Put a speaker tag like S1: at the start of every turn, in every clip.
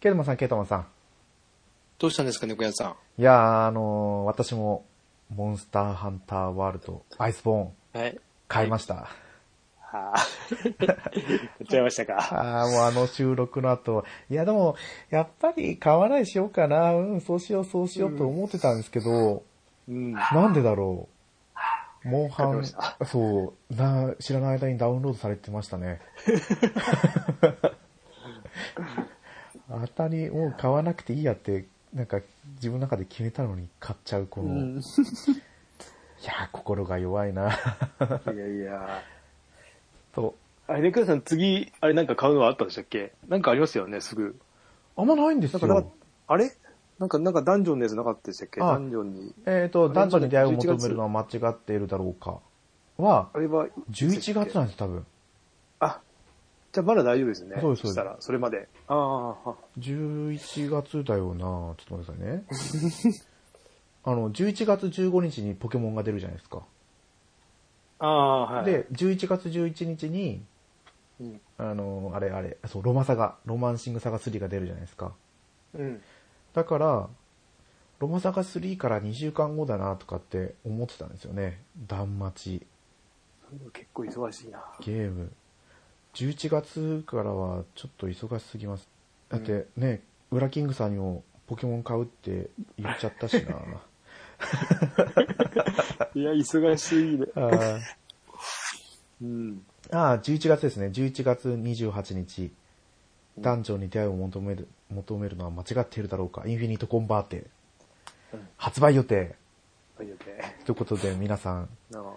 S1: ケルマさん、ケイトマンさん。
S2: どうしたんですかね、小屋さ
S1: いやー、あのー私も、モンスターハンターワールド、アイスボーン、
S2: ん。はい。
S1: 買いました。
S2: はあ。やっちゃいましたか。
S1: ああ、もうあの収録の後。いや、でも、やっぱり買わないしようかな。うん、そうしよう、そうしようと思ってたんですけど、
S2: うん。
S1: なんでだろう。モンハ
S2: 買って
S1: ン
S2: まし、
S1: そう、な、知らない間にダウンロードされてました ね。当たり、もう買わなくていいやって、なんか自分の中で決めたのに買っちゃう、こ
S2: う
S1: の、い
S2: ん。
S1: やー、心が弱い な、
S2: いやいや。
S1: と。
S2: あれ、ネクラさん、次、あれなんか買うのはあったんでしたっけなんかありますよね、すぐ。
S1: あんまないんです
S2: なんかなんか
S1: よ。、
S2: あれなんか、なんかダンジョンのやつなかったでしたっけ
S1: あ
S2: ダンジョンに。
S1: えっ、と、
S2: あれ
S1: 男女に出会いを
S2: 11月
S1: 求めるのは間違っているだろうか。は
S2: あ、れは、
S1: 11月なんです、多分。
S2: あ、じゃあまだ大丈夫ですね。
S1: そうですそうです
S2: したら、それまで。ああ、あ
S1: 11月だよなちょっと待ってくださいね。 あの、11月15日にポケモンが出るじゃないですか。
S2: あ、はい。
S1: で、11月11日に、
S2: うん、
S1: あの、あれあれ、そう、ロマサガ、ロマンシングサガ3が出るじゃないですか。
S2: うん。
S1: だから、ロマサガ3から2週間後だなとかって思ってたんですよね。断末
S2: 結構忙しいな。
S1: ゲーム。11月からはちょっと忙しすぎます。だってね、ウラキングさんにもポケモン買うって言っちゃったしな
S2: いや、忙しいね。
S1: あー
S2: うん。
S1: ああ、11月ですね。11月28日。男女に出会いを求める、求めるのは間違っているだろうか。インフィニットコンバーテ
S2: うん。
S1: 発売予定。
S2: というわけで
S1: ということで皆さん、
S2: なあ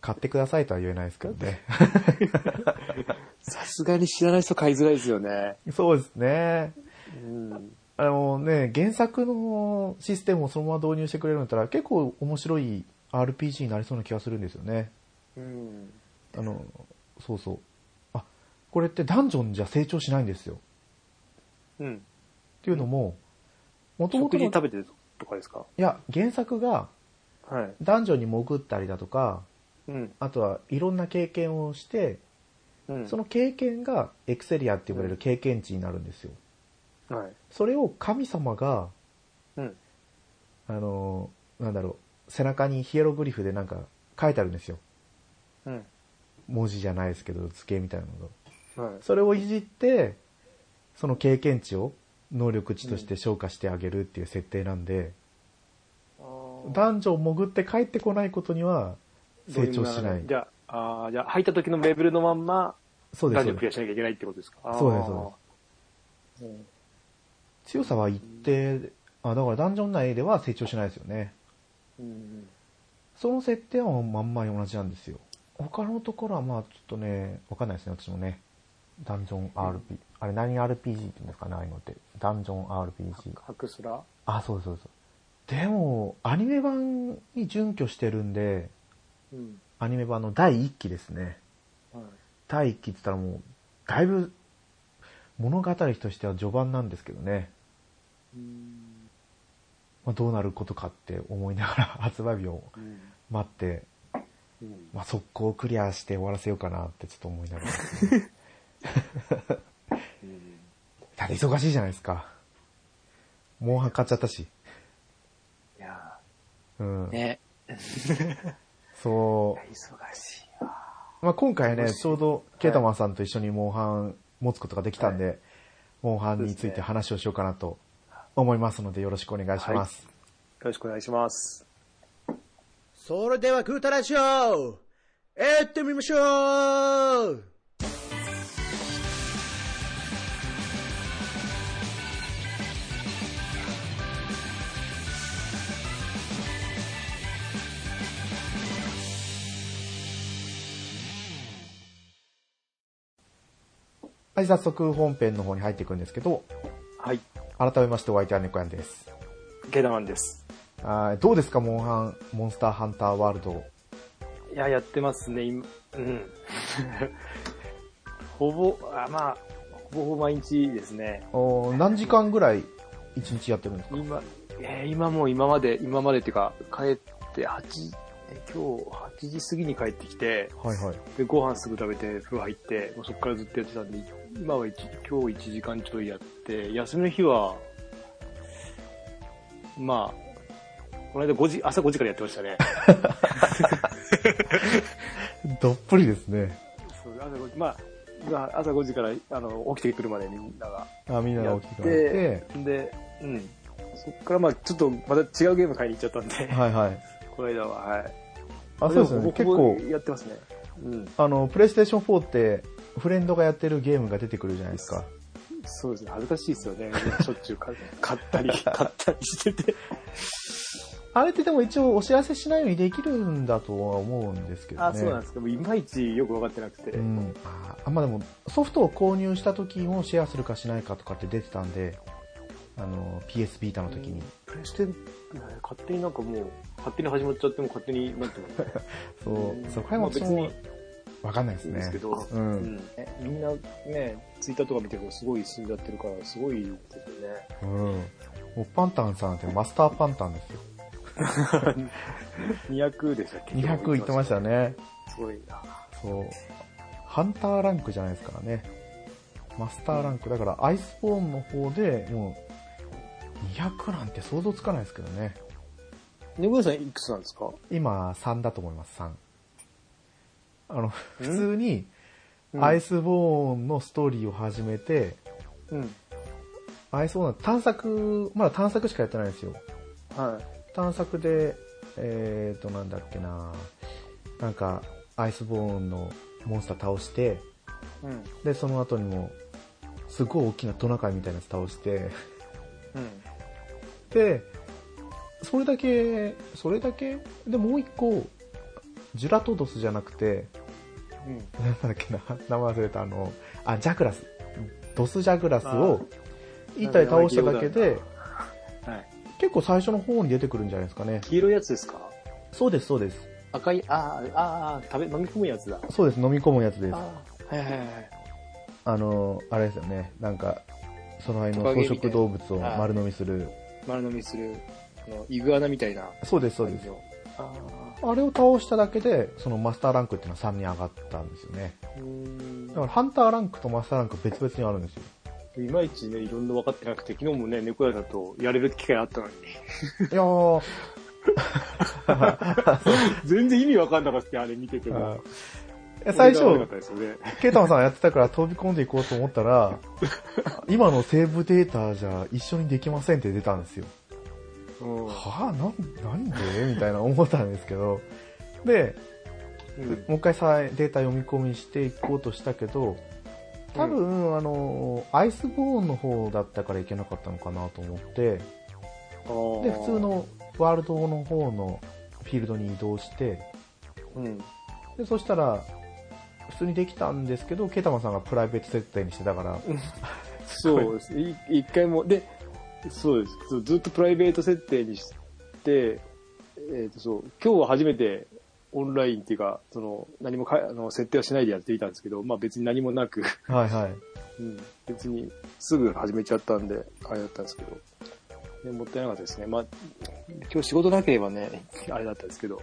S1: 買ってくださいとは言えないですけどね。
S2: さすがに知らない人買いづらいですよね。
S1: そうですね。
S2: うん。
S1: あのね、原作のシステムをそのまま導入してくれるんだったら結構面白い RPG になりそうな気がするんですよね。
S2: うん。
S1: あの、そうそう。あ、これってダンジョンじゃ成長しないんですよ。
S2: うん。
S1: っていうのも、もともと
S2: 食事
S1: い
S2: 食べてるとかですか
S1: や、原作が
S2: はい。
S1: ダンジョンに潜ったりだとか、
S2: うん。
S1: あとはいろんな経験をして、
S2: うん。
S1: その経験がエクセリアって呼ばれる経験値になるんですよ。
S2: はい。
S1: それを神様が、
S2: うん。
S1: あのー、なんだろう、背中にヒエログリフでなんか書いてあるんですよ。
S2: うん。
S1: 文字じゃないですけど、図形みたいなのが。
S2: はい。
S1: それをいじって、その経験値を能力値として消化してあげるっていう設定なんで、ダンジョン潜って帰ってこないことには成長しない。
S2: じゃあ、あーじゃあ、入った時のレベルのまんま、
S1: そうです
S2: ダ
S1: そうで
S2: ンジョンクリアしなきゃいけないってことですか
S1: そうですそう
S2: です。うん
S1: す。強さは一定、あ、だからダンジョン内では成長しないですよね。
S2: うん。
S1: その設定はまんま同じなんですよ。他のところはまあちょっとね、わかんないですね、私もね。ダンジョン RP、あれ何 RPG って言うんですかね、ああいうのって。ダンジョン RPG。
S2: ハクスラ
S1: あ、そうですそうですでも、アニメ版に準拠してるんで、
S2: うん。
S1: アニメ版の第1期ですね。
S2: はい。
S1: 第1期って言ったらもう、だいぶ、物語としては序盤なんですけどね。
S2: うん。
S1: まあ、どうなることかって思いながら 発売日を
S2: うん
S1: 待って、
S2: うん。
S1: まあ、速攻クリアして終わらせようかなってちょっと思いながら。
S2: うん
S1: だって忙しいじゃないですか。モンハン買っちゃったし。
S2: いや
S1: うん。
S2: ーね。
S1: そ
S2: 忙しいわ。
S1: う。まあ、今回ね、ちょうど、ケータマンさんと一緒にモンハン持つことができたんで、モンハンについて話をしようかなと思いますので、よろしくお願いします。
S2: よろしくお願いします。
S3: それではグータラジオ行ってみましょう
S1: はい、早速本編の方に入っていくんですけど、
S2: はい。
S1: 改めましてお相手は猫やんです。
S2: ゲダマンです。
S1: あーどうですか、モンハン、モンスターハンターワールド。
S2: いや、やってますね、今。うん。 ほぼ、あまあ、ほぼほぼ毎日ですね。
S1: おー何時間ぐらい一日やってるんですか
S2: 今、えー今もう今まで、今までっていうか、帰って8、えー今日8時過ぎに帰ってきて、
S1: はいはい。
S2: で、ご飯すぐ食べて、風呂入って、もうそこからずっとやってたんで、今は一今日1時間ちょいやって、休みの日は、まあ、この間5時、朝5時からやってましたね。
S1: どっぷりですね。
S2: そう朝5時、まあ、まあ朝5時からあの起きてくるまでみんなが
S1: あ、みんな
S2: や
S1: が
S2: っ
S1: 起きて
S2: て、
S1: くれ
S2: で、うん。そっからまあちょっとまた違うゲーム買いに行っちゃったんで
S1: て、、はいはい。
S2: この間は、はい。
S1: あ、そうですよね。
S2: で
S1: 結
S2: もほぼ
S1: 構、
S2: やってますね。うん。
S1: あの、プレイステーション4って、フレンドがやってるゲームが出てくるじゃないですか。
S2: そうですね。恥ずかしいですよね。しょっちゅう買 買ったり、買ったりしてて。
S1: あれってでも一応お知らせしないようにできるんだとは思うんですけどね。
S2: あ、そうなんですか。もういまいちよく分かってなくて。
S1: うん、あーまあでもソフトを購入した時もシェアするかしないかとかって出てたんであの PS ビータの時に、
S2: プレステ、勝手になんかもう、勝手に始まっちゃっても勝手になってますね。
S1: そうそこら辺は私
S2: まあ
S1: も
S2: 別に
S1: 分かんないです
S2: いいん
S1: ね
S2: ですけど、
S1: うん
S2: ねみんなね、ツイッターとか見てるとすごい進んじゃってるから、すごいですよね。
S1: うんもうパンタンさんってマスターパンタンですよ
S2: 200でしたっけ
S1: 200いってました。ね
S2: すごいな。
S1: そうハンターランクじゃないですからねマスターランクだからアイスボーンの方でもう200なんて想像つかないですけどね
S2: 猫屋さんいくつなんですか
S1: 今3だと思います3あの普
S2: ん
S1: 通に
S2: うん
S1: アイスボーンのストーリーを始めて、
S2: うん。
S1: アイスボーンは探索、まだ探索しかやってないんですよ。
S2: はい。
S1: 探索で、えーと、なんだっけななんか、アイスボーンのモンスター倒して、
S2: うん。
S1: で、その後にも、すごい大きなトナカイみたいなやつ倒して、
S2: うん。
S1: で、それだけ、それだけで、もう一個、ジュラトドスじゃなくて、
S2: うん。
S1: なんだっけな、名前忘れた、あの、あ、ジャグラス。ドスジャグラスを一体倒しただけで、
S2: はい。
S1: 結構最初の方に出てくるんじゃないですかね。
S2: 黄色いやつですか
S1: そうです、そうです。
S2: 赤い、あーあー、あー食べ、飲み込むやつだ。
S1: そうです、飲み込むやつです。あ
S2: ああ、はいはいはい。
S1: の、あれですよね、なんか、その辺の
S2: トカゲ
S1: 草
S2: みたいな
S1: 食動物を丸飲みする。
S2: 丸飲みする、あの、イグアナみたいな
S1: そうです、そう
S2: 感
S1: で
S2: じ
S1: す。
S2: の。ああ。
S1: あれを倒しただけで、そのマスターランクっていうのは3に上がったんですよね。
S2: うーん
S1: だからハンターランクとマスターランク別々にあるん ですよ。
S2: いまいちね、いろんな分かってなくて、昨日もね、猫屋さんとやれる機会あったのに、
S1: いやー、
S2: 全然意味わかんなかった、あれ見てて
S1: あ
S2: も。
S1: ー最
S2: それが
S1: 初
S2: 悪かった、ですよね。
S1: ケイタマさんやってたから飛び込んでいこうと思ったら、今のセーブデータじゃ一緒にできませんって出たんですよ。
S2: う
S1: はぁ、なん、なんでみたいな思ったんですけど。で、
S2: んうん
S1: もう一回さデータ読み込みしていこうとしたけど、多分、あの、アイスボーンの方だったからいけなかったのかなと思って、で、普通。のワールドの方のフィールドに移動して、
S2: あーうん。
S1: で、そしたら、普通にできたんですけど、ケイタマさんがプライベート設定にしてたから、
S2: そうです。い一回も、で、そうですそう。ずっとプライベート設定にして、えっ、と、そう、今日は初めてオンラインっていうか、その、何もか、あの、設定はしないでやっていたんですけど、まあ別に何もなく、
S1: はいはい。
S2: うん、別にすぐ始めちゃったんで、あれだったんですけど、ねもったいなかったですね。まあ、今日仕事なければね、あれだったんですけど、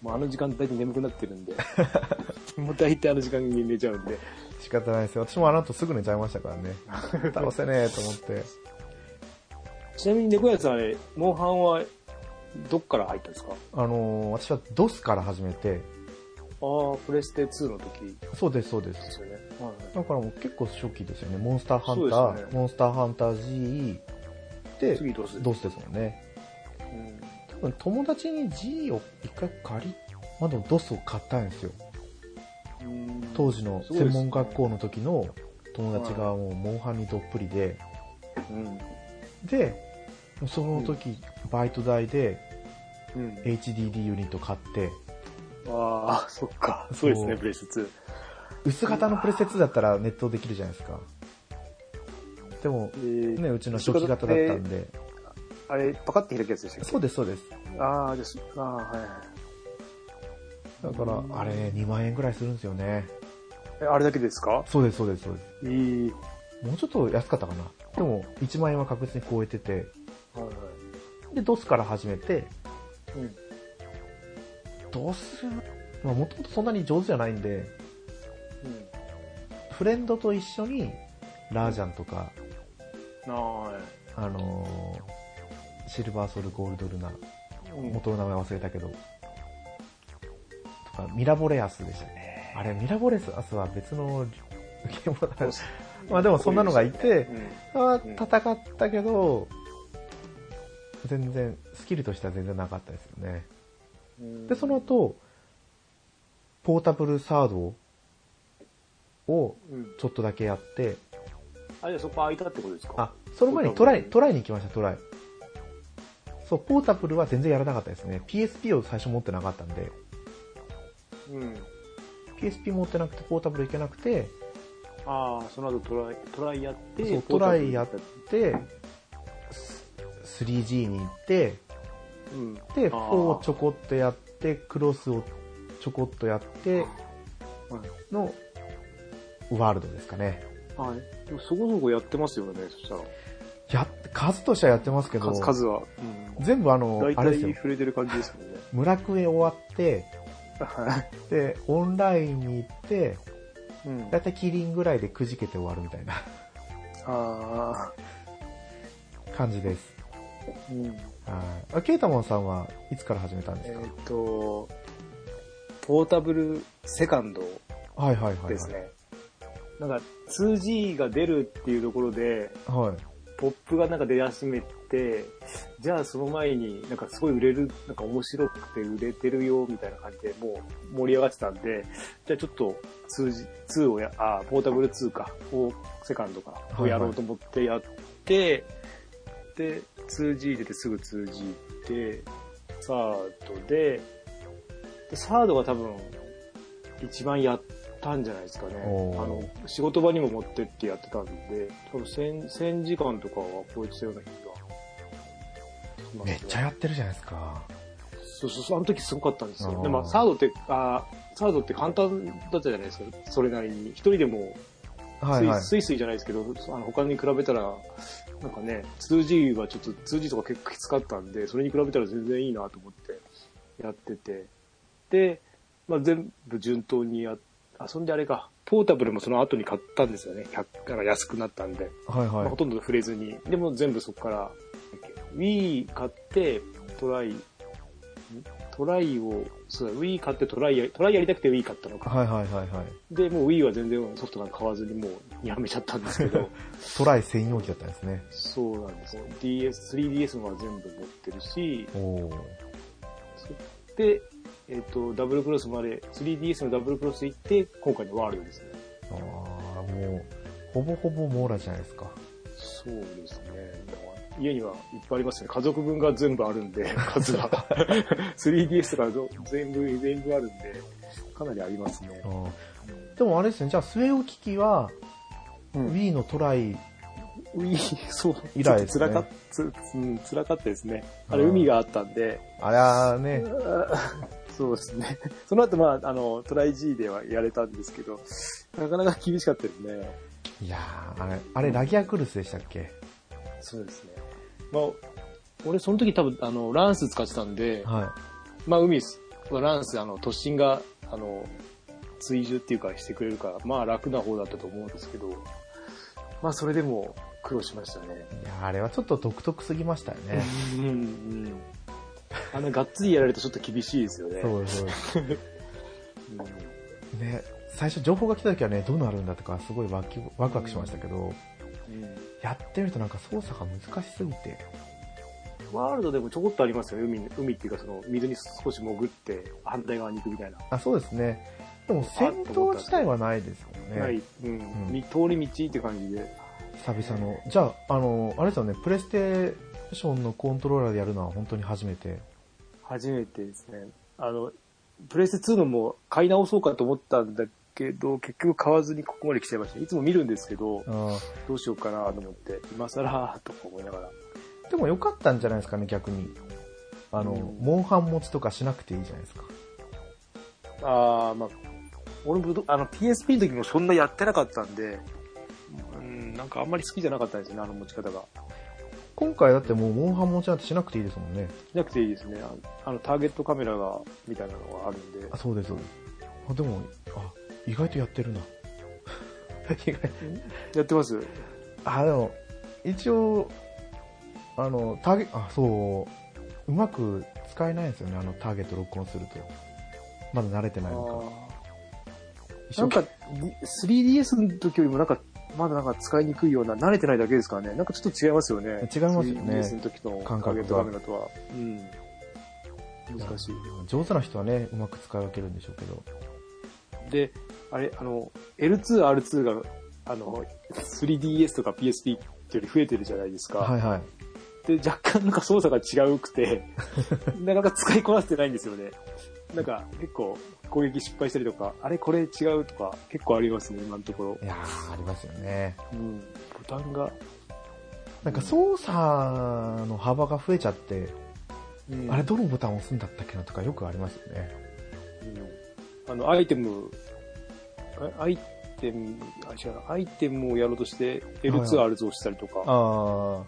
S2: もうあの時間大体眠くなってるんで、もう大体あの時間に寝ちゃうんで、
S1: 仕方ないですよ。私もあの後すぐ寝ちゃいましたからね。倒せねえと思って。
S2: ちなみに猫屋さんあれ、モンハンはどっから入ったんですかあ
S1: あのー私はドスから始めて、
S2: あ、プレステ2の時で
S1: そうです、そうです。
S2: すよね。
S1: だからもう結構初期ですよね。モンスターハンタ
S2: そうです
S1: ー、
S2: ね
S1: モンスターハンター G で、
S2: 次どうする
S1: ドスですもんね。
S2: うん
S1: 多分友達に G を一回借り、まあでもドスを買ったんですよ。
S2: うん
S1: 当時の
S2: すごいで
S1: 専
S2: すね
S1: 門学校の時の友達がもうモンハンにどっぷりで、
S2: うん。
S1: で、もうその時バイト代で
S2: うん。
S1: HDD ユニット買って、
S2: ああ、そっか。そうです
S1: そ
S2: ね、
S1: う
S2: プレステ2。
S1: 薄型のプレセツだったらネットできるじゃないですか。でも
S2: え、ー
S1: ね、うちの初期型だったんで。
S2: あれ、パカって開くやつでしたっけ
S1: そうです、そうです。
S2: ああ、です。ああ、はいはい。
S1: だから、あれね、2万円ぐらいするんですよね。
S2: え、あれだけですか
S1: そうです、そうです、そうです。
S2: いい。
S1: もうちょっと安かったかな。でも、1万円は確実に超えてて。
S2: はいはい。
S1: で、ドスから始めて、
S2: うん。
S1: ドス、まあ、もともとそんなに上手じゃないんで、
S2: うん。
S1: フフレンドと一緒に、ラージャンとか、
S2: は
S1: あのーシルバーソルゴールドルナ、
S2: い。うん
S1: 元の名前忘れたけど、とか、ミラボレアスでしたね。あれ、ミラボレアスは別のゲームだからまあでもそんなのがいて、あー戦ったけど、全然、スキルとしては全然なかったですよね。
S2: うん
S1: で、その、後、ポータブルサードを
S2: うん
S1: ちょっとだけやって、
S2: あ、じゃあそこ空いたってことですか
S1: あ、その前にトライ、トライに行きました、トライ。そう、ポータブルは全然やらなかったですね。PSP を最初持ってなかったんで、
S2: うん。
S1: PSP 持ってなくてポータブル行けなくて、
S2: ああ、その後トライ、トライやって、
S1: そうトライやって、す 3G に行って、
S2: うん。
S1: で、4
S2: あー
S1: をちょこっとやって、クロスをちょこっとやって
S2: はい
S1: のワールドですかね。
S2: はい。でもそこそこやってますよね、そしたら。
S1: やっ、数としてはやってますけど
S2: 数、数は。
S1: 全部あ
S2: う
S1: の
S2: ん。大、
S1: あれです
S2: 体
S1: よ、
S2: 触れてる感じですもんね。
S1: 村クエ終わって、
S2: はい。
S1: で、オンラインに行って、
S2: うん
S1: だいたいキリンぐらいでくじけて終わるみたいな
S2: あ
S1: 感じです。
S2: あ、うん。
S1: はい。あケータモンさんはいつから始めたんで
S2: え
S1: すか、
S2: ーっ、と、ポータブルセカンド
S1: はいはいはいはい。
S2: ですね。なんか 2G が出るっていうところで、
S1: はい。
S2: ポップがなんか出始めて、じゃあその前になんかすごい売れる、なんか面白くて売れてるよみたいな感じでもう盛り上がってたんで、じゃあちょっと 2G、2をや、あー、ポータブル2か、を、セカンドか、をやろうと思ってやって、で、2G 出てすぐ 2G って、サードで、でサードが多分一番やったんじゃないですかね。あ
S1: おー
S2: の、仕事場にも持ってってやってたんで、多分1000、1000時間とかは超えてたような気がしますね
S1: めっちゃやってるじゃないですか。
S2: そうそうそう、あの時すごかったんです
S1: あ
S2: よ。
S1: ー
S2: でも、サードって、あーサードって簡単だったじゃないですか。それなりに。一人でも
S1: は
S2: ス
S1: い
S2: イ、
S1: はい。
S2: スイスイじゃないですけど、あの他に比べたら、なんかね、2G はちょっと、2G とか結構きつかったんで、それに比べたら全然いいなと思ってやってて。で、まあ、全部順当にや、遊んであれか、ポータブルもその後に買ったんですよね。100から安くなったんで。
S1: はい
S2: まあ
S1: はい
S2: ほ。とんど触れずに。でも全部そこから、Wii 買って、トライ、んトライを、そうだ、Wii 買ってトライや、トライやりたくて Wii 買ったのか。
S1: はいはいはいはい。
S2: で、もう Wii は全然ソフトなんか買わずにもうやめちゃったんですけ ど、
S1: トライ専用機だったんですね。
S2: そうなんですよ。DS、3DS も全部持ってるし、
S1: おお。
S2: で、えっ、と、ダブルクロスまで、3DS のダブルクロス行って、今回のワールドですね。
S1: ああ、もう、ほぼほぼ網羅じゃないですか。
S2: そうですね。家にはいっぱいありますね。家族分が全部ある んで、数が。3DS とかぞ全部、全部あるんで、かなりあ りますね
S1: あ。ーでもあれですね、じゃあ末置き機は、
S2: うん、
S1: Wii のトライ、
S2: 海、そう、
S1: 以来ですね
S2: 辛かっつ、うん、辛かったですね。あれ、
S1: うん
S2: 海があったんで、
S1: あれはね、
S2: そうですね。その後、まあ、あの、トライ G ではやれたんですけど、なかなか厳しかったですね。
S1: いやー、あれ、あれラギアクルスでしたっけ
S2: そうですね。まあ、俺、その時多分、あの、ランス使ってたんで、
S1: は
S2: まあ、海はランス、あの、突進が、あの、追従っていうかしてくれるから、まあ楽な方だったと思うんですけど、まあそれでも苦労しましたね。
S1: い。いやーあれはちょっと独特すぎましたよね。
S2: うんうん。 あの、がっつりやられるとちょっと厳しいですよね。
S1: そうですそうです。
S2: うん。
S1: ね、最初情報が来た時はね、どうなるんだとか、すごいワキワクワクしましたけど、
S2: うん
S1: やってみるとなんか操作が難しすぎて、
S2: ワールドでもちょこっとありますよね。海に、海っていうかその、水に少し潜って反対側に行くみたいな。
S1: あ、そうですね。でも戦闘自体はないですよね。
S2: ない、うん、
S1: うん
S2: み通り道って感じで。
S1: 久々の。じゃあ、あの、あれですよね、プレステーションのコントローラーでやるのは本当に初めて。
S2: 初めてですね。あの、プレステ2のも買い直そうかと思ったんだけど、結局買わずにここまで来ちゃいました。いつも見るんですけど、
S1: あ
S2: どうしようかなと思って、今更とか思いながら。
S1: ーでも良かったんじゃないですかね、逆に。あの、
S2: うん
S1: モンハン持ちとかしなくていいじゃないですか。
S2: ああ、まあ、俺もどあの PSP の時もそんなやってなかったんで、うん、なんかあんまり好きじゃなかったんですよね、あの持ち方が。
S1: 今回だってもうモンハン持ちなんてしなくていいですもんね。
S2: しなくていいですね。あのあの、ターゲットカメラが、みたいなのがあるんで
S1: あ、。そうです、そうです。あ、でも、あ、意外とやってるな。被害
S2: やってます
S1: あ、でも、一応、あの、ターゲあ、そう、うまく使えないんですよね、あのターゲット録音すると。まだ慣れてないのか。一
S2: なん
S1: 生懸
S2: か、D- 3DS の時よりもなんか、まだなんか使いにくいような、慣れてないだけですからね。なんかちょっと違いますよね。
S1: 違いますよね
S2: 3DS の時の
S1: 感覚が
S2: ターゲットカメラとは。うん。難しい。
S1: 命上手な人はね、うまく使い分けるんでしょうけど。
S2: で、あれ、あの、L2、R2 が、あの、3DS とか PSP ってより増えてるじゃないですか。
S1: はいはい。
S2: で、若干なんか操作が違うく て、なかなか使いこなせてないんですよね。なんか結構攻撃失敗したりとか、あれこれ違うとか結構ありますね、今のところ
S1: い。やー、ありますよね。
S2: うん。ボタンが。
S1: なんか操作の幅が増えちゃって、
S2: うん
S1: あれどのボタンを押すんだったっけなとかよくありますよね。
S2: うんあの、アイテム、あアイテム、あ、違うな、アイテムをやろうとして
S1: はい
S2: L2、
S1: は
S2: R2 をしたりとか、
S1: あ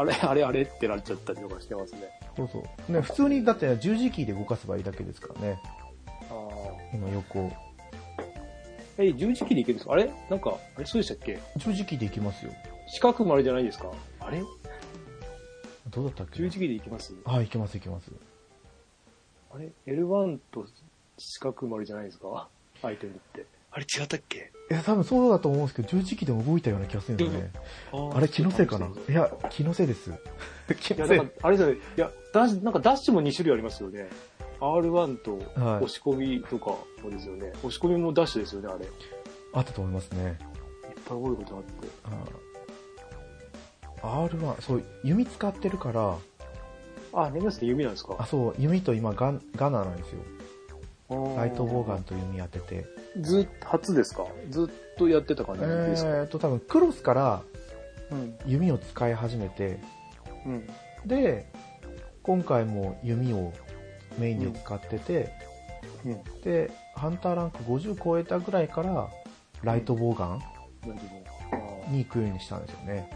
S2: あれ、あれ、あれってなっちゃったりとかしてますね。
S1: ー、そうそう。ね、普通にだって十字キーで動かせばいいだけですからね。
S2: ああ。
S1: 今横。
S2: え、十字キーでいけるんですかあれなんか、あれそうでしたっけ
S1: 十字キーでいきますよ。
S2: 四角もあれじゃないですかあれ
S1: どうだったっけ
S2: 十字キーでいきます
S1: あ、いけますいけます。
S2: あれ ?L1 と四角丸じゃないですかアイテムって。あれ違ったっけ
S1: いや、多分そうだと思うんですけど、十字キーでも動いたような気がするんですよね。
S2: あ
S1: あれ気のせいかな
S2: そうそう
S1: い
S2: そう
S1: や、気のせいです。気
S2: いや、
S1: のせい
S2: なん。か、あれじゃない、いや、ダッシュ、なんかダッシュも2種類ありますよね。R1 と
S1: はい
S2: 押し込みとかもですよね。押し込みもダッシュですよね、あれ。いっ
S1: あったと思いますね。
S2: ぱい覚えることがあって。
S1: あー R1、そう、弓使ってるから、
S2: あ、レムスって弓なんです
S1: あ、
S2: か
S1: そう、弓と今ガン、ガナーなんですよ。ラ
S2: ラ
S1: イトボーガン。と弓当てて。
S2: ずっと、初ですかずっとやってた感
S1: え
S2: じですか、
S1: ーっと、多分クロスから
S2: うん。
S1: 弓を使い始めて、
S2: うん。
S1: で、今回も弓をメインで使ってて、
S2: うん。
S1: で、ハンターランク50超えたぐらいから、ライトボーガン
S2: なるほど。
S1: に行くようにしたんですよね。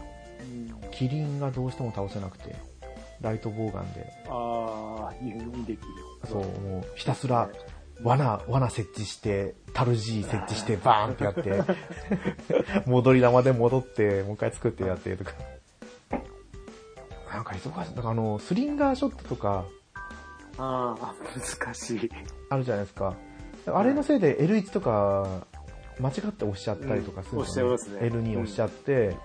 S2: うん
S1: キリンがどうしても倒せなくて、ライトボーガンで、
S2: ああ、弓できる。
S1: そう、もうひたすら罠、罠設置して、タルジー設置して、バーンって やって、戻り玉で戻って、もう一回作ってやってとか。なんか忙しい。だからあの、スリンガーショットとか、
S2: ああ、難しい。
S1: あるじゃないですか。あれのせいで L1 とか、間違って押しちゃったりとかするんですよ、
S2: うん押しちゃいますね
S1: L2 押しちゃって、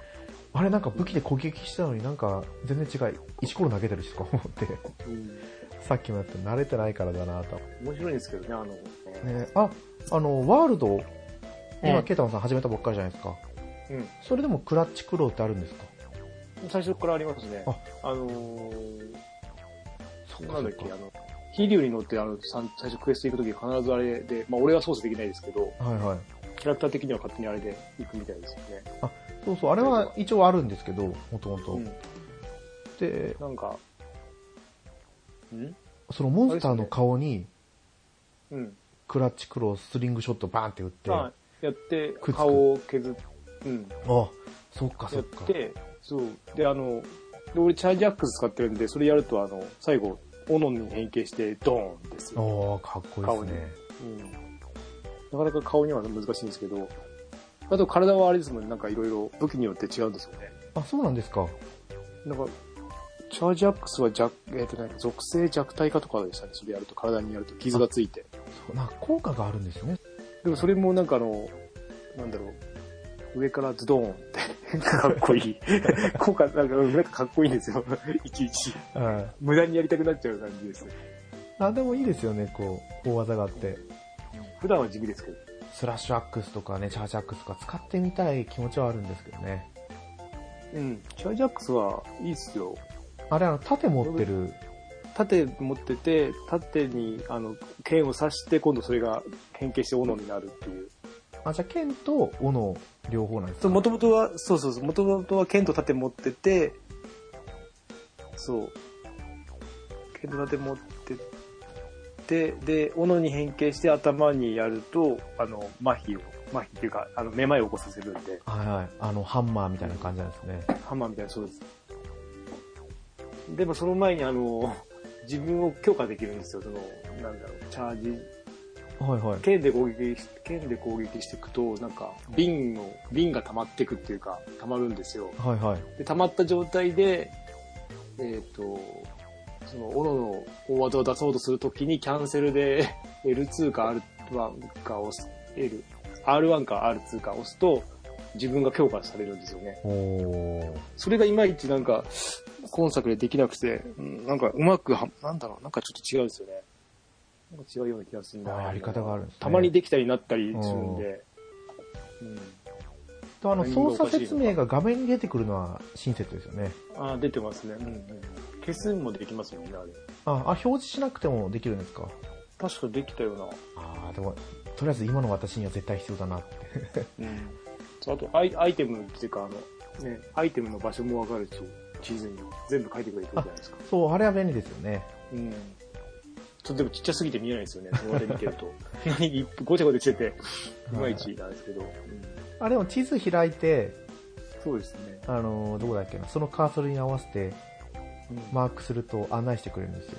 S1: あれなんか武器で攻撃したのになんか全然違い、石ころ投げてるしとか思って、
S2: うん。
S1: さっきもやって慣れてないからだなと。
S2: 面白いんですけどね、あの、
S1: ね、あ、あの、ワールド、
S2: う
S1: 今、
S2: ん
S1: ケイタマンさん始めたばっかりじゃないですか。
S2: うん。
S1: それでもクラッチクローってあるんですか
S2: 最初からありますね。
S1: あ
S2: あ、のー、
S1: そ
S2: なんだっけ、あの、飛竜に乗って、あの、さん最初クエスト行くとき必ずあれで、まあ俺は操作できないですけど、
S1: はいはい。
S2: キャラクター的には勝手にあれで行くみたいですよね。
S1: そうそう、あれは一応あるんですけど、もともと
S2: う。ん。
S1: で、
S2: なんか、うん
S1: そのモンスターの顔に、
S2: うん。
S1: クラッチクロー、スリングショットバーンって打って、
S2: ま
S1: あ、
S2: あ、やっ
S1: く
S2: て
S1: っつ、く
S2: 顔を削って、うん。
S1: そっかそ
S2: や
S1: っ
S2: っ
S1: か。
S2: て、そう。で、あの、で俺チャージアックス使ってるんで、それやると、あの、最後、斧に変形して、ドーンですよ。
S1: おー、かっこいいですね。
S2: うん。なかなか顔には難しいんですけど、あと体はあれですもんね、なんかいろいろ武器によって違うんですよね。
S1: あ、そうなんですか。
S2: なんか、チャージアックスは弱、えっ、とね、属性弱体化とかでしたね、それやると、体にやると傷がついて。
S1: そうなんか効果があるんですね。
S2: でもそれもなんかあの、なんだろう、上からズドーンって、かっこ いい。効果、なんか、なんかかっこいいんですよ、いちいち。
S1: うん。
S2: 無駄にやりたくなっちゃう感じです。
S1: なんでもいいですよね、こう、大技があって。
S2: 普段は地味ですけど。
S1: スラッシュアックスとかね、チャージアックスとか使ってみたい気持ちはあるんですけどね。
S2: うん。チャージアックスはいいっすよ。
S1: あれ、あの、盾持ってる、
S2: 縦持ってて、縦に、あの、剣を刺して、今度それが変形して斧になるっていう。
S1: あ、じゃあ剣と斧両方なんです
S2: そ
S1: か
S2: う、もともとは、そうそうそう、もともとは剣と盾持ってて、そう。剣と盾持ってて、で、斧に変形して頭にやると、あの、麻痺を、麻痺っていうか、あの、めまいを起こさせるんで、
S1: はいはい。あの、ハンマーみたいな感じなんですね。
S2: ハンマーみたいな、そうです。でもその前に、あの、自分を強化できるんですよ、その、なんだろう、チャージ
S1: はいはい。
S2: 剣で攻撃し、剣で攻撃していくと、なんか、瓶を、瓶が溜まっていくっていうか、溜まるんですよ。
S1: はいはい。
S2: で、溜まった状態で、えっ、と、その、斧の大技を出そうとするときに、キャンセルで L2 か R1 か押す、L、R1 か R2 か押すと、自分が強化されるんですよね。
S1: おー。
S2: それがいまいちなんか、今作でできなくて、うんなんかうまくは、なんだろう、なんかちょっと違うんですよね。なんか違うような気がするんだ
S1: あーやり方があるんですね
S2: たまにできたりなったりするんで。うん。
S1: と、あの、
S2: タイミ
S1: 操
S2: ングがお
S1: 作
S2: かしいのか
S1: 説明が画面に出てくるのは親切ですよね。
S2: あー出てますね。うんうん。消すもできますよね、あれ。
S1: あ、あ、表示しなくてもできるんですか
S2: 確かできたような。
S1: ああ、でも、とりあえず今の私には絶対必要だなって。
S2: うん。あとアイ、アイテムっていうか、あの、ね、アイテムの場所もわかるし、地図に全部書いてくれてるじゃないですか。
S1: そう、あれは便利ですよね。
S2: うん。ちょっとでもちっちゃすぎて見えないですよね、そこで見てる と。何ごちゃごちゃしてて、いまいちなんですけど。うん
S1: あ、でも地図開いて、
S2: そうですね。
S1: あのー、どこだっけな、そのカーソルに合わせて
S2: まあ、
S1: マークすると案内してくれるんですよ。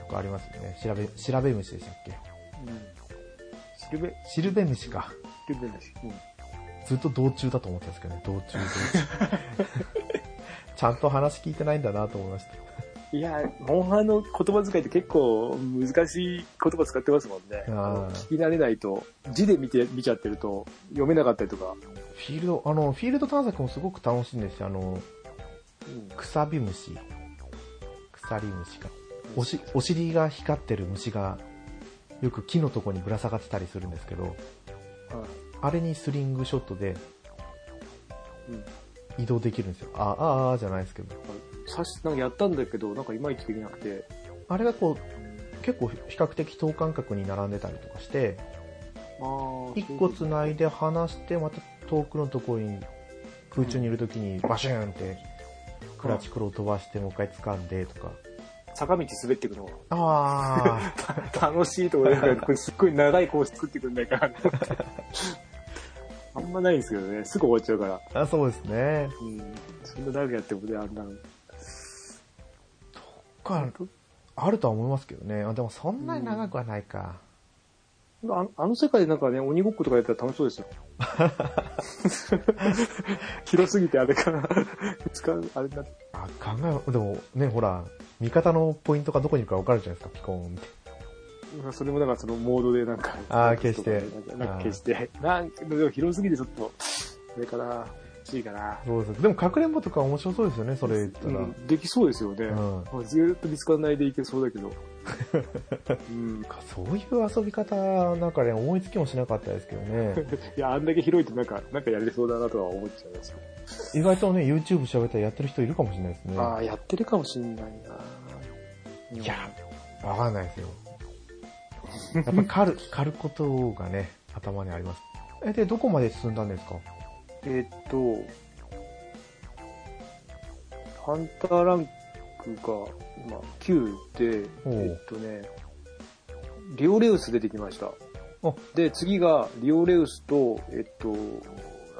S1: とかありますよね。調べ、調べ虫でしたっけ
S2: うん。シルベ、
S1: シルベ虫か。
S2: シルベだし。うん。
S1: ずっと道中だと思ってたんですけどね、道中、道中。ちゃんと話聞いてないんだなと思いました。
S2: いや、モンハンの言葉遣いって結構難しい言葉使ってますもんね。
S1: あー
S2: の聞き慣れないと、字で見て、見ちゃってると読めなかったりとか。
S1: フィールド、あの、フィールド探索もすごく楽しいんですよ。あの、
S2: うん
S1: くさび虫。くさり虫か。おし、お尻が光ってる虫が、よく木のとこにぶら下がってたりするんですけど、
S2: はい
S1: あれにスリングショットで
S2: うん
S1: 移動できるんですよ。ああ、あーじゃないですけど。
S2: さし、なんかやったんだけど、なんかいまいちできなくて。
S1: あれがこう、結構比較的等間隔に並んでたりとかして、
S2: ああ
S1: 一個繋いで離して、また遠くのところに、空中にいるときにバシューンって、クラッチクロを飛ばしてもう一回掴んでとか。
S2: 坂道滑っていくのが
S1: あ
S2: 楽しいと思いながら、これすっごい長いコース作ってくんないか なと思って。あんまないんですけどね。すぐ終わっちゃうから。
S1: ー あ、そうですね。
S2: うん。そんな長くやってもね、あんなの。
S1: か、あるとは思いますけどね。あでもそんなに長くはないか。
S2: ああの世界でなんかね、鬼ごっことかやったら楽しそうですよ。 広すぎてあれから、使う、あれだ
S1: あ、考え、でもね、ほら、味方のポイントがどこにいるかわかるじゃないですか、ピコーンって。
S2: それもなんかそのモードでなんか。
S1: あー消して
S2: なんか消して。なんか、でも広すぎてちょっと、あれかな、欲しいかな。
S1: そうです。でも、かくれんぼとか面白そうですよね、それ言った
S2: う
S1: ら。
S2: ん、できそうですよね。
S1: うん
S2: まあずーっと見つからないでいけそうだけ ど。うん。
S1: かそういう遊び方、なんかね、思いつきもしなかったですけどね。
S2: いや、あんだけ広いとなんか、なんかやれそうだなとは思っちゃいますよ。
S1: 意外とね、YouTube 調べたらやってる人いるかもしれないですね。
S2: ああ、やってるかもしんないな。
S1: いや、わかんないですよ。やっぱ狩 る、狩ることがね、頭にあります。え、で、どこまで進んだんですか
S2: えーっと、ハンターランクが今9で、え
S1: おう
S2: ーっとね、リオレウス出てきました
S1: お。
S2: で、次がリオレウスと、えーっと、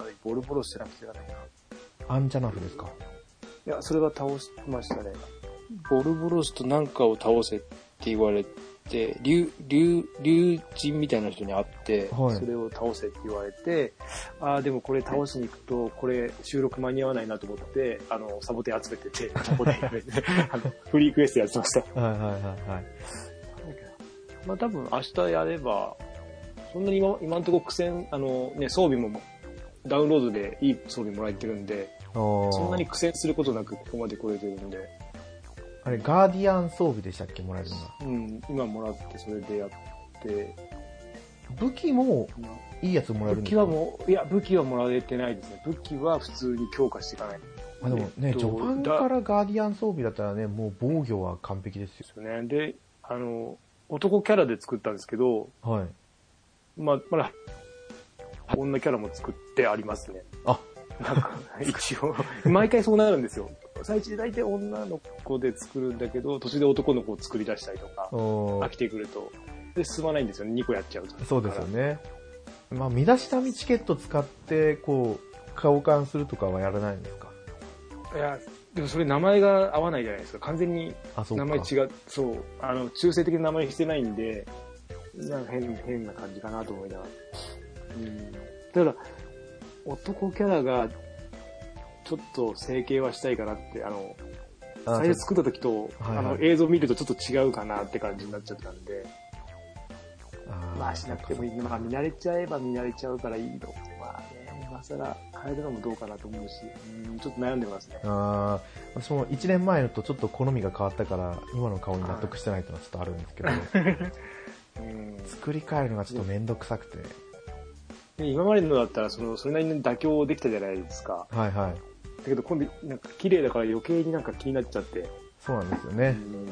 S2: あれボルボロスじゃなくてなんだっけな
S1: アンジャナフですか
S2: いや、それは倒しましたね。ボルボロスとなんかを倒せって言われて、竜、竜、竜神みたいな人に会って、
S1: はい
S2: それを倒せって言われて、ああ、でもこれ倒しに行くと、これ収録間に合わないなと思って、あの、サボテン集めて て、サボテン集めてあの、フリークエストやってました。
S1: はいはいはいはい。
S2: まあ多分明日やれば、そんなに今、今んとこ苦戦、あのね、装備もダウンロードでいい装備もらえてるんで、
S1: おー
S2: そんなに苦戦することなくここまで来れてるんで、
S1: あれ、ガーディアン装備でしたっけもらえるのが。
S2: うん、今もらって、それでやって、
S1: 武器も
S2: まあ
S1: いいやつもらえる
S2: 武
S1: んで
S2: 器
S1: すか
S2: はもう、いや、武器はもらえてないですね。武器は普通に強化していかないんで
S1: あでも
S2: え
S1: ね、
S2: っと
S1: 序盤からガーディアン装備だったらね、もう防御は完璧ですよ。
S2: すよね。で、あの、男キャラで作ったんですけど、
S1: はい。
S2: まあ、まだ、女キャラも作ってありますね。
S1: あ、
S2: なん か、一応、毎回そうなるんですよ。最初大体女の子で作るんだけど、途中で男の子を作り出したりとか、
S1: お
S2: 飽きてくると。で、進まないんですよね。2個やっちゃうと。
S1: そうですよね。まあ、身だしなみチケット使って、こう、交換するとかはやらないんですか
S2: いや、でもそれ名前が合わないじゃないですか。完全に
S1: あ、そう
S2: 名
S1: か。
S2: 前違う、そう、あの、中性的な名前にしてないんで、なんか変、変な感じかなと思いながら。うん。ただ、男キャラが、ちょっと整形はしたいかなって、あの、
S1: あ
S2: 最初作った時
S1: はい
S2: と、
S1: はい
S2: あの、映像見るとちょっと違うかなって感じになっちゃったんで、まあしなくてもいい。まあ見慣れちゃえば見慣れちゃうからいいの。まあね、今更変えるのもどうかなと思うし、うん、ちょっと悩んでますね。
S1: あー私も1年前のとちょっと好みが変わったから、今の顔に納得してないってのはちょっとあるんですけど、
S2: うん。
S1: 作り変えるのがちょっとめんどくさくて。
S2: で今までのだったら、その、それなりに妥協できたじゃないですか。
S1: はいはい。
S2: だけど今度、なんか綺麗だから余計になんか気になっちゃって。
S1: そうなんですよ
S2: う
S1: ね。
S2: ん。うん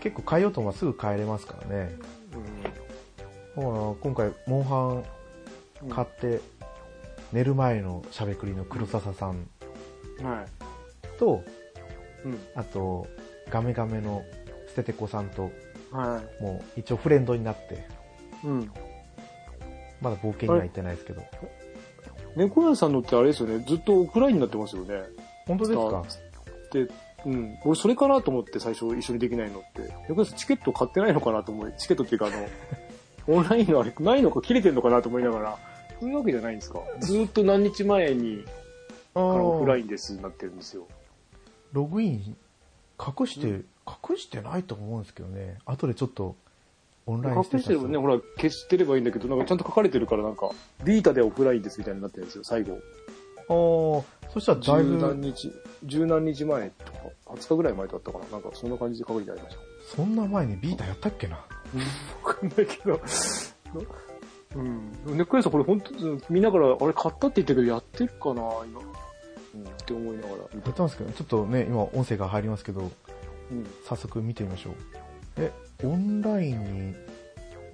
S1: 結構変えようと思えばすぐ変えれますからね。だから今回、モンハ
S2: うん
S1: ン買って、寝る前のしゃべくりの黒笹さん
S2: はい。
S1: と、
S2: うん。
S1: あと、ガメガメのステテコさんと、
S2: は
S1: もう一応フレンドになって、
S2: い。うん。
S1: まだ冒険には行ってないですけど。
S2: 猫屋さんのってあれですよね、ずっとオフラインになってますよね。
S1: 本当ですか
S2: で、うん。俺それかなと思って最初一緒にできないのって。猫屋さんチケット買ってないのかなと思い、チケットっていうかあの、 オンラインのあれ、ないのか切れてんのかなと思いながら、そういうわけじゃないんですか。ずーっと何日前に、
S1: あ
S2: からオフ
S1: ー
S2: ラインです、なってるんですよ。
S1: ログイン隠して、隠してないと思うんですけどね。後でちょっと、オンライン
S2: 隠してればね、
S1: ね。
S2: ほら、消してればいいんだけど、なんかちゃんと書かれてるから、なんか、ビータでオフラインですみたいになってるんですよ、最後。
S1: あーそしたらだい
S2: 十何
S1: ぶ、
S2: 日、十何日前とか、20日ぐらい前だったかな。なんか、そんな感じで書いてありました。
S1: そんな前にビータやったっけな。
S2: わかんないけど、うん。ネックレスこれ本当見ながら、あれ買ったって言ったけど、やってるかな、今。うん、って思いながら。
S1: やったんですけど、ちょっとね、今音声が入りますけど、
S2: うん。
S1: 早速見てみましょう。え、オンラインに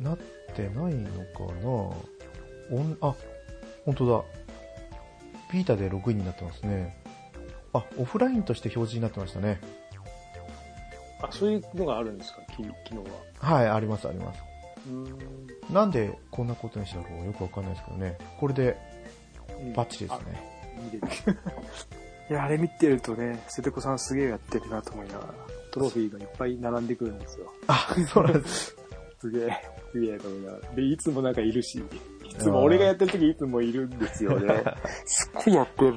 S1: なってないのかなオン、あ、本当だ。ビータでログインになってますね。あ、オフラインとして表示になってましたね。
S2: あ、そういうのがあるんですか、き機能は。
S1: はい、あります、あります。
S2: うん。
S1: なんでこんなことにしたのかよくわかんないですけどね。これでバッチリですね。
S2: 見れる。いや、あれ見てるとね、瀬戸子さんすげえやってるなと思いながら、トロフィーがいっぱい並んでくるんですよ。
S1: あ、そうなんです。
S2: すげえ、すげえと思いながら。で、いつもなんかいるし、いつも俺がやってる時いつもいるんです よね。すっごいやってる。
S1: い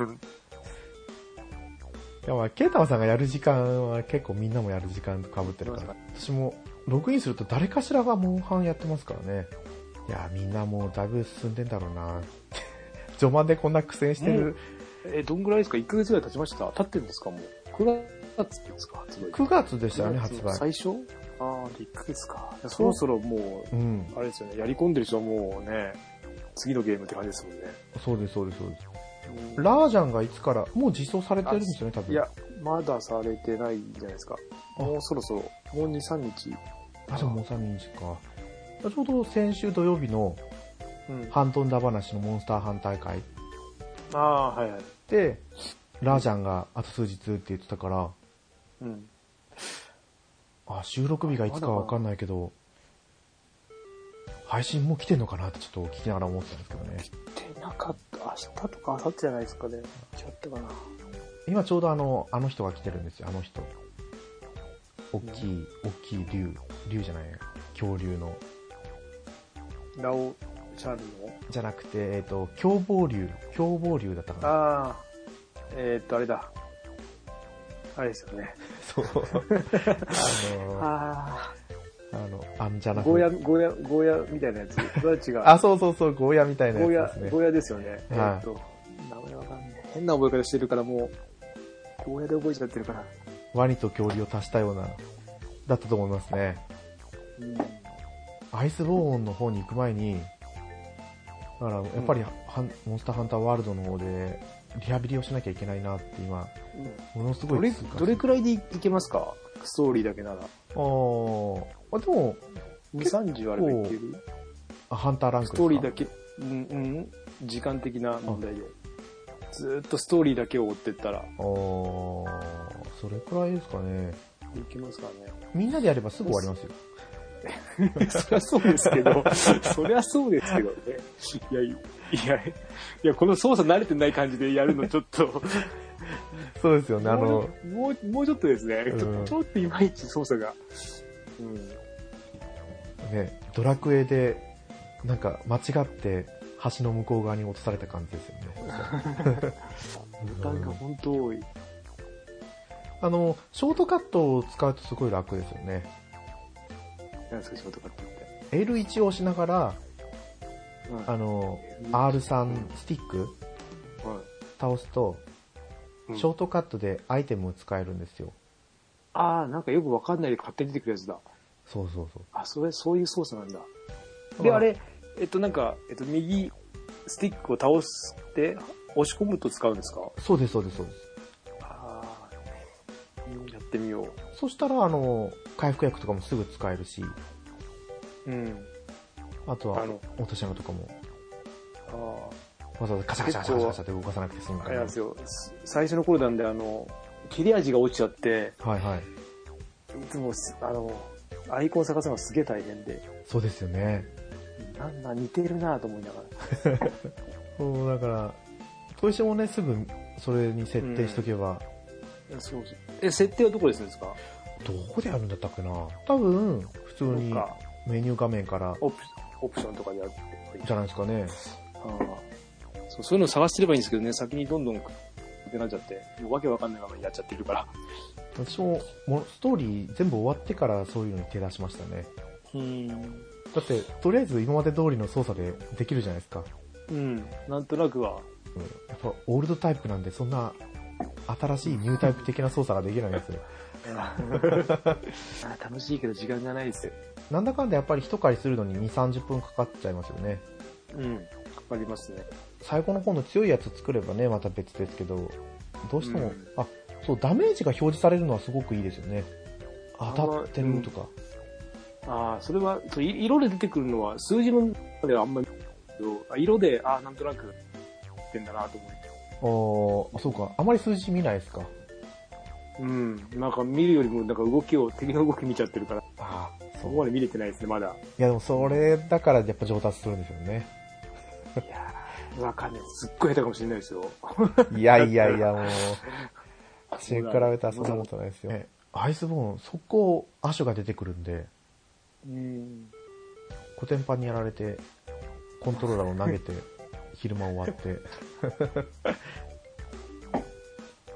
S1: や、まあ、ケータマさんがやる時間は結構みんなもやる時間と被ってるから。私もログインすると誰かしらがモンハンやってますからね。いや、みんなもうだいぶ進んでんだろうな。 序盤でこんな苦戦してる。
S2: え、どんぐらいですか ?1 ヶ月ぐらい経ちました経ってるんですかもう。9月ですか発売。
S1: 9月でしたよね、発
S2: 9月
S1: 売。
S2: 最初ああ、で1ヶ月か。いやそろそろも
S1: う
S2: う、
S1: ん。
S2: あれですよね、やり込んでる人はもうね、次のゲームって感じですもんね。
S1: そうです、そうです、そうです。ラージャンがいつから、もう実装されてるんですよね、多分。
S2: いや、まだされてないんじゃないですか。
S1: あ
S2: もうそろそろ、もう2、3日。
S1: あ、でももう3日か。ちょうど先週土曜日の
S2: うん。
S1: ハントンダ話のモンスターハン大会
S2: ああ、はいはい。
S1: で、ラージャンがあと数日って言ってたから、
S2: うん。
S1: あ、収録日がいつかはわかんないけど、配信もう来てんのかなってちょっと聞きながら思ってたんですけどね。
S2: 出なかった。明日とか明後日じゃないですかね。違ったかな。
S1: 今ちょうどあの、あの人が来てるんですよ、あの人。大きい、大きい竜、竜じゃない、恐竜の。
S2: ラオチャールの
S1: じゃなくて、えっ、と、凶暴竜、凶暴竜だったかな。
S2: ああ、えー、っと、あれだ。あれですよね。
S1: そう。あ
S2: あ
S1: の、あの、アンジャ
S2: あ、
S1: ナ
S2: ゴーヤ、ゴーヤ、ゴーヤみたいなやつ。それは違う。
S1: あ、そうそうそう、ゴーヤみたいな
S2: ゴー
S1: や
S2: ヤ
S1: つです、ね
S2: ゴ。ーヤですよね。えーっと、名前わかんない。変な覚え方してるからもう、ゴーヤで覚えちゃってるから。
S1: ワニと恐竜を足したような、だったと思いますね。
S2: うん。
S1: アイスボーンの方に行く前に、だからやっぱり、ハンモンスターハンターワールドの方で、リハビリをしなきゃいけないなって今、ものすご
S2: ど
S1: い
S2: れ、
S1: 痛感
S2: どれくらいでいけますかストーリーだけなら。
S1: あーあ、でも、
S2: 2、30あればいける
S1: あハンターランク
S2: ス
S1: ですか
S2: トーリーだけ、うん、うん、時間的な問題で。ずーっとストーリーだけを追ってったら、
S1: あーそれくらいですかね。
S2: いけますからね。
S1: みんなでやればすぐ終わりますよ。
S2: そりゃそうですけど、 そりゃそうですけどね。いや、いや、いや、この操作慣れてない感じでやるのちょっ と、
S1: そうですよね、あの、
S2: もう、もうちょっとですね。ち
S1: う
S2: ょ
S1: ん
S2: ちょっといまいち操作が。うん。
S1: ね、ドラクエで、なんか間違って橋の向こう側に落とされた感じですよね。
S2: ボタンが本当多い。
S1: あの、ショートカットを使うとすごい楽ですよね。
S2: 何ですか、ショートカットって。
S1: L1 を押しながら、
S2: うん
S1: あの、R3 スティック倒すと、
S2: うん
S1: ショートカットでアイテムを使えるんですよ。
S2: ああ、なんかよくわかんないで勝手に出てくるやつだ。
S1: そうそうそう。
S2: あ、それ、そういう操作なんだ。
S1: だ
S2: で、
S1: から
S2: あれ、えっと、なんか、えっと、右スティックを倒して、押し込むと使うんですか
S1: そうです、そうです、そうです。
S2: ああ、やってみよ
S1: そしたら、あの、回復薬とかもすぐ使えるし、
S2: う。うん。
S1: あと
S2: あ
S1: は
S2: の、
S1: 落とし穴とかも、
S2: あ
S1: わざわざカシャカシャカシャカシャって動かさなくて済む
S2: あ、
S1: か
S2: あれな
S1: ら。
S2: んですよ。す最初の頃なんで、あの、切れ味が落ちちゃって、
S1: はいはい。
S2: いつもす、あの、アイコン探すのがすげえ大変で、
S1: そうですよね。
S2: なんだ、似てるなぁと思いなが
S1: そう、だから、砥石もね、すぐそれに設定しとけば、
S2: ら。そうそう。え、設定はどこでするんですか
S1: どこでやるんだったっけな多分、普通
S2: どっ
S1: に
S2: か、
S1: メニュー画面から、
S2: オプオプションとかでやってもいい
S1: じゃないですかね。
S2: ああそうそういうの探してればいいんですけどね、先にどんどんってなっちゃって、もうわけわかんないままやっちゃってるから。
S1: 私も、もうストーリー全部終わってからそういうのに手出しましたね。
S2: うん。
S1: だって、とりあえず今まで通りの操作でできるじゃないですか。
S2: うん。なんとなくは。
S1: うんやっぱオールドタイプなんで、そんな新しいニュータイプ的な操作ができないんですよ。
S2: ああ楽しいけど時間がないですよ。
S1: なんだかんだやっぱり一狩りするのに2、30分かかっちゃいますよね。
S2: うん。かかりますね。
S1: 最後の方の強いやつ作ればね、また別ですけど、どうしても、
S2: うん
S1: あ、そう、ダメージが表示されるのはすごくいいですよね。当たってるとか。
S2: ああ、それは、そうい色で出てくるのは数字の中ではあんまりないけど、あ色で、ああ、なんとなく、ってんだなと思って。
S1: おーあそうか。あまり数字見ないですか。
S2: うん。なんか見るよりも、なんか動きを、敵の動き見ちゃってるから、
S1: ああ、
S2: そ
S1: そう。
S2: こまで見れてないですね、まだ。
S1: いや、でもそれだからやっぱ上達するんですよ ね。
S2: いやーわかんない。すっごい下手かもしれないです よ。
S1: いやいやいや、もう、私に比べたらそんなことないですよ。ねアイスボーン、速攻、アシュが出てくるんで、
S2: うん。
S1: コテンパンにやられて、コントローラーを投 げて、昼間終わって。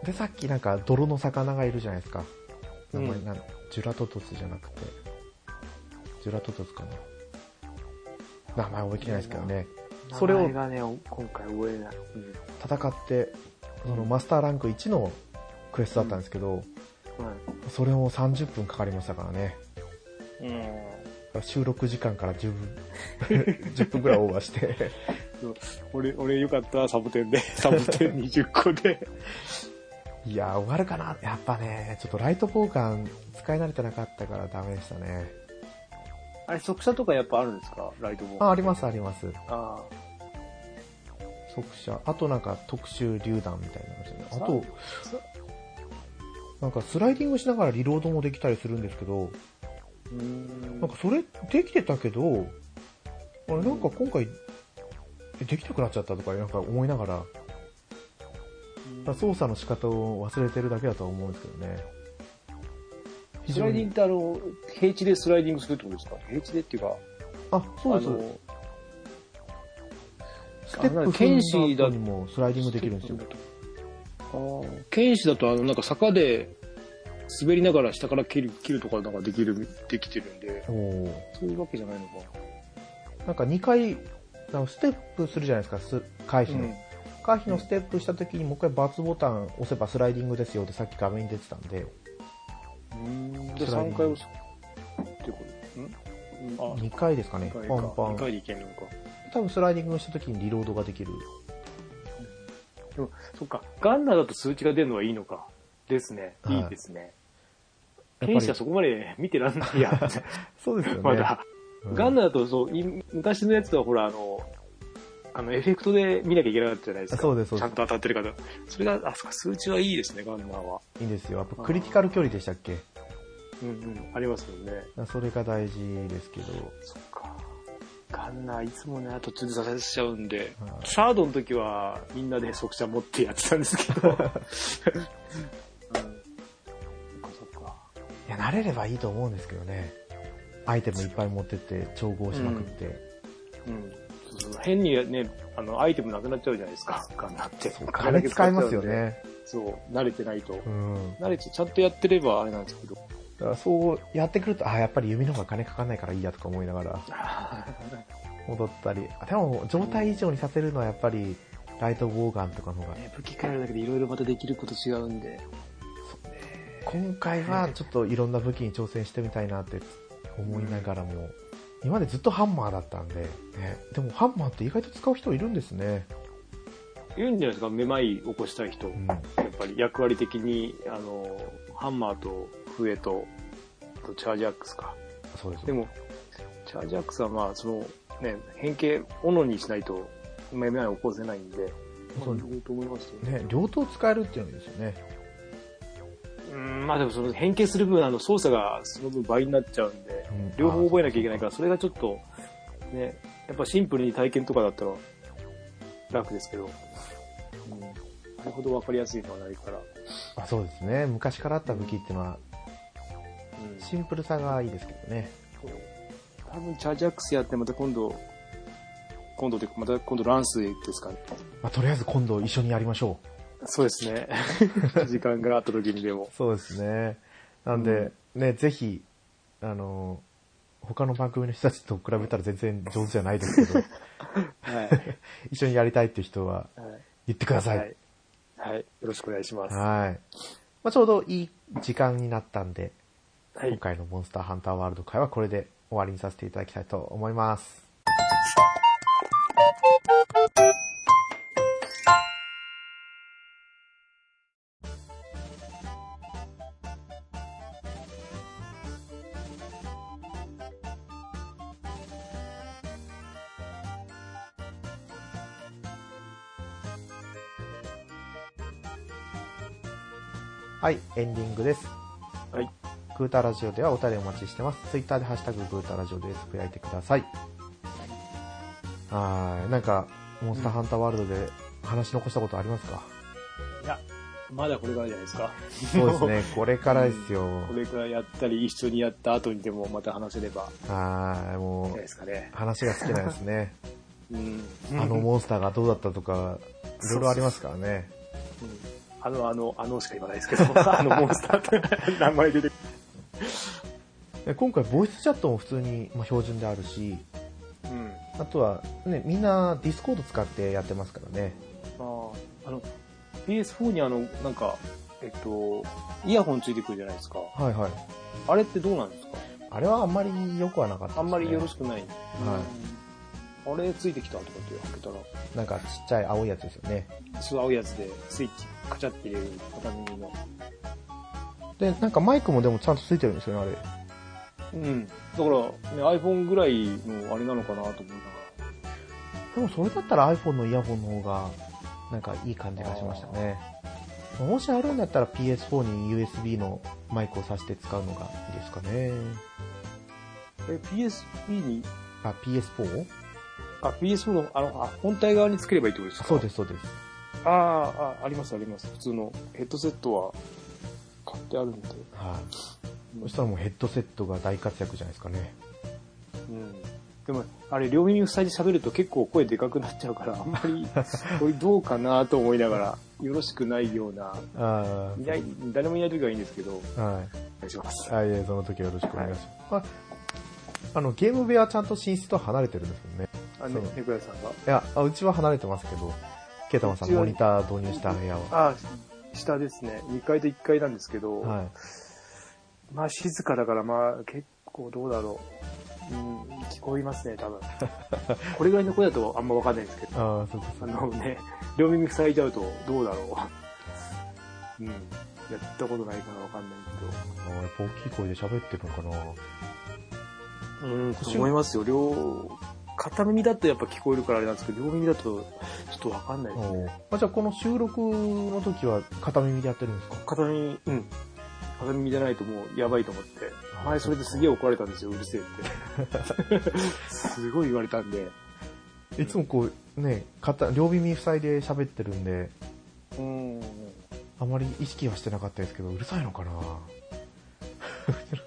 S1: で、さっきなんか泥の魚がいるじゃないですか。名前
S2: うん
S1: なん、ジュラトトスじゃなくて、ジュラトトスかな。名前覚えきれないですけどね。それを
S2: 名前がね、お今回覚えない。
S1: 戦って、そのマスターランク1のクエストだったんですけど、
S2: うん。はい。
S1: それも30分かかりましたからね。
S2: うん。
S1: 収録時間から10分、10分くらいオーバーして。
S2: 俺、俺よかった、サボテンで。 サボテン20個で。
S1: いやー、終わるかなやっぱね、ちょっとライトポーカー使い慣れてなかったからダメでしたね。
S2: あれ、速射とかやっぱあるんですかライトボーン。
S1: あ、ありますあります。
S2: あ
S1: 速射。あとなんか特殊榴弾みたいな感じで。あと、なんかスライディングしながらリロードもできたりするんですけど、
S2: ー。うん。
S1: なんかそれできてたけど、あれなんか今回、えできなくなっちゃったとか、なんか思いながら、だから操作の仕方を忘れてるだけだとは思うんですけどね。非
S2: ス
S1: 常
S2: ライディン
S1: に
S2: グっ。てあの、平地でスライディングするってことですか平地でっていうか、
S1: あ、そう
S2: あ
S1: です。
S2: の、
S1: ステップ
S2: 剣士だ
S1: 踏んだ後にもスライディングできるんですよ。
S2: あー剣士だと、あの、なんか坂で滑りながら下から切る、切るとかなんかできる、できてるんで、
S1: おー
S2: そういうわけじゃないのか。
S1: なんか2回、なんかステップするじゃないですか、す回避の。回避のステップした時にもう一回バツボタン押せばスライディングですよってさっき画面に出てたんで、
S2: うん。で、
S1: スライディング
S2: 3回押す。ってことんあ、
S1: 2回ですかね
S2: 2、回
S1: パ
S2: か
S1: ン。パ
S2: 2
S1: ン。
S2: 回でいけんのか。
S1: 多分スライディングした時にリロードができる。
S2: でも、そっか、ガンナーだと数値が出るのはいいのか。ですね。
S1: はい
S2: いいですね。
S1: やっぱり
S2: 剣士はそこまで見てらんないや。
S1: そうですよね。
S2: まだ。
S1: うん
S2: ガンナーだと、そう、い昔のやつはほら、あの、あの、エフェクトで見なきゃいけなかったじゃないですか。
S1: そうですそうです
S2: ちゃんと当たってる方。それが、あ、そっか、数値はいいですね、ガンナーは。
S1: いいんですよ。やっぱクリティカル距離でしたっけ
S2: うんうん、ありますよね。
S1: それが大事ですけど。
S2: そっか。ガンナーいつもね、途中で挫折しちゃうんで、
S1: はい
S2: サードの時はみんなで速射持ってやってたんですけど。うん、そっかそっか。
S1: いや、慣れればいいと思うんですけどね。アイテムいっぱい持ってって、調合しまくって。
S2: うん。そうそう変にね、あの、アイテムなくなっちゃうじゃないですか。ガンダって。
S1: あれ使いますよ。ね。
S2: そう、慣れてないと。
S1: うん。
S2: 慣れて、ちゃんとやってればあれなん ですけど。
S1: だからそうやってくると、あ、やっぱり弓の方が金かかんないからいいやとか思いながら戻ったり。あでも、状態以上にさせるのはやっぱり、ライトボウガンとかの方が。
S2: ね武器変えるだけでいろいろまたできること違うんで。
S1: 今回はちょっといろんな武器に挑戦してみたいなって思いながらも、今までずっとハンマーだったんで、ね、でもハンマーって意外と使う人いるんですね。
S2: 言うんじゃないですか、めまい起こしたい人。
S1: うん
S2: や。っぱり役割的に、あの、ハンマーと笛と、あとチャージアックスか。
S1: そうです。
S2: でも、チャージアックスはまあ、その、ね、変形、斧にしないと、めまいを起こせないんで、まあ、
S1: そう
S2: いいと思いますよね。
S1: ね、両刀使えるっていうのですよね。
S2: うん、まあでもその変形する分、あの、操作がその分倍になっちゃうんで、
S1: うん
S2: 両方覚えなきゃいけないから、それがちょっと、ね、やっぱシンプルに体験とかだったら楽ですけど、うん、あれほど分かりやすいのはないから、
S1: あそうですね。昔からあった武器っていうのは、
S2: うん、
S1: シンプルさがいいですけどね。
S2: 多分チャージアックスやってまた今度、今度というか、また今度ランスですかね。
S1: まあ、とりあえず今度一緒にやりましょう。
S2: そうです ね。時間があった時にでも。
S1: そうですね。なんで、ね、ぜひ、あの、他の番組の人たちと比べたら全然上手じゃないです けど、
S2: はい。
S1: 一緒にやりたいっていう人は
S2: はい
S1: 言ってください。。
S2: はい。よろしくお願いします。は
S1: はい。まあ、ちょうどいい時間になったんで、今
S2: い。
S1: 回のモンスターハンターワールド会はこれで終わりにさせていただきたいと思います。はい、エンディングです。
S2: はい。
S1: グータラジオではお便りお待ちしてます。ツイッターでハッシュタググータラジオでつぶやいてください。はい。なんか、モンスターハンターワールドで話残したことありますか、
S2: いや、まだこれからじゃないですか。
S1: そうです ね。これからですよ
S2: こ。れからやったり、一緒にやった後にでもまた話せればいいん
S1: はい。
S2: じゃ
S1: も
S2: ないうで、すかね。
S1: 話が尽きないですね。
S2: うん。
S1: あのモンスターがどうだったとか、いろいろありますからね。
S2: うんあの、あの、あのしか言わないですけど、 あのモンスターって 名前出てく
S1: で今回、ボイスチャットも普通にまあ標準であるし、
S2: る。うん。
S1: あとは、ね、みんなディスコード使ってやってますからね。
S2: ああ、あの、PS4 にあの、なんか、えっと、イヤホンついてくるじゃないですか。
S1: はいはい。
S2: あれってどうなんですか
S1: あれはあんまり良くはなかったです、ね。
S2: あんまりよろしくない。
S1: は
S2: うん。あれついてきたとかって開けたら、
S1: なんかちっちゃい青いやつですよね。
S2: すごい青いやつで、スイッチカチャって入れる畳の。
S1: で、なんかマイクもでもちゃんとついてるんですよね、あ
S2: うん。だから、ね、iPhone ぐらいのあれなのかなと思いながら。
S1: れ。でもそれだったら iPhone のイヤホンの方が、なんかいい感じがしましたね。もしあるんだったら PS4 に USB のマイクを挿して使うのがいいですかね。
S2: え、PSP に、
S1: あ、PS4?
S2: あ、PS4 の、あの、あ、本体側につければいいってことですか
S1: そうです、そうです。
S2: ああ、あ、ありますあります。普通のヘッドセットは買ってあるんで。
S1: はい、そしたらもうヘッドセットが大活躍じゃないですかね。
S2: うん。でも、あれ、両耳塞いで喋ると結構声でかくなっちゃうから、あんまり、これどうかなと思いながら、よろしくないような、
S1: あ
S2: いない、誰もいない時はいいんですけど、お
S1: あ、はい。
S2: 願いします。
S1: あいえ、その時はよろしくお願いします。ああの、ゲーム部屋はちゃんと寝室と離れてるんですよね。
S2: あの、
S1: そう
S2: ね猫屋さんが。
S1: いや、あうちは離れてますけど、ケイタマンさん
S2: うちは
S1: モニター導入した部屋は。
S2: ああ、下ですね。2階と1階なんですけど、
S1: はい。
S2: まあ静かだから、まあ結構どうだろう。うん、聞こえますね、多分。 これぐらいの声だとあんまわかんないんですけど。
S1: ああ、そうかそ
S2: あ
S1: う
S2: のね、両耳塞いじゃうとどうだろう。うん。やったことないからわかんない
S1: あやっぱ大きい声で喋ってるのかな
S2: けど。うん、思いますよ。両、片耳だとやっぱ聞こえるからあれなんですけど、両耳だとちょっとわかんないです。
S1: おあじゃあこの収録の時は片耳でやってるんですか
S2: 片耳、うん。片耳じゃないともうやばいと思って。
S1: あ
S2: 前それですげえ怒られたんですよ、うるせえ って。すごい言われたんで。
S1: いつもこう、ね、片両耳塞いで喋ってるんで、
S2: うん。
S1: あまり意識はしてなか ったですけど、うるさいのかなうる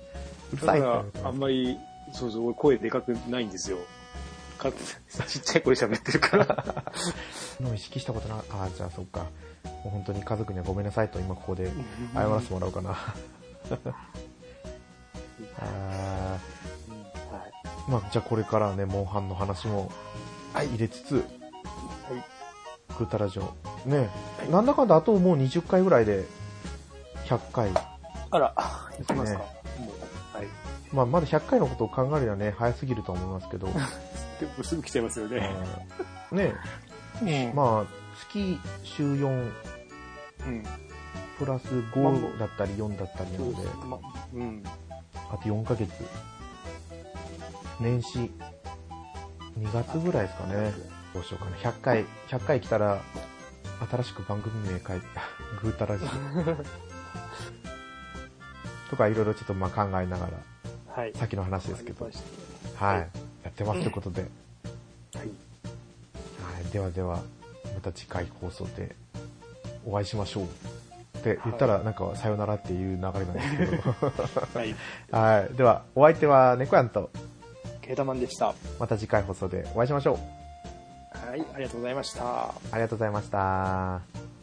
S2: だか
S1: さいって言わ
S2: ら
S1: れて、
S2: あ
S1: ま
S2: ん
S1: す
S2: まりそうそう、俺声でかくないんですよ。かつ、ちっちゃい声喋って るから。
S1: の意識したことなああじゃあそっかもう本当に家族にはごめんなさいと今ここで謝らせてもらお うかなあ
S2: はい。
S1: ーまあじゃあこれからはねモンハンの話も入れつつ、グータラジオね、なんだかんだあともう20回ぐらいで100回
S2: あら、行きますか。
S1: ね
S2: もう、はい。
S1: まあまだ100回のことを考えるにはね早すぎると思いますけど、
S2: でもすぐ来ちゃいますよ
S1: え
S2: ね。
S1: ーね
S2: うん
S1: まあ月週4
S2: うん。
S1: プラス5だったり4だったりな
S2: そう
S1: の
S2: で。
S1: です
S2: ま、うん。
S1: あと4ヶ月。年始、2月ぐらいですかね。どうしようかな。100回、100回来たら、新しく番組名 変え、グータラジオ。とかいろいろちょっとまあ考えながら、
S2: はい。
S1: さっきの話ですけど、
S2: は
S1: はいい。。やってますということで、はい。ではでは、また次回放送でお会いしましょう。って言ったら、なんか、さよならっていう流れなんですけど。
S2: はい。
S1: はい。では、お相手は、猫やんと、
S2: ケータマンでした。は
S1: また次回放送でお会いしましょう。
S2: い。ありがとうございました。
S1: ありがとうございました。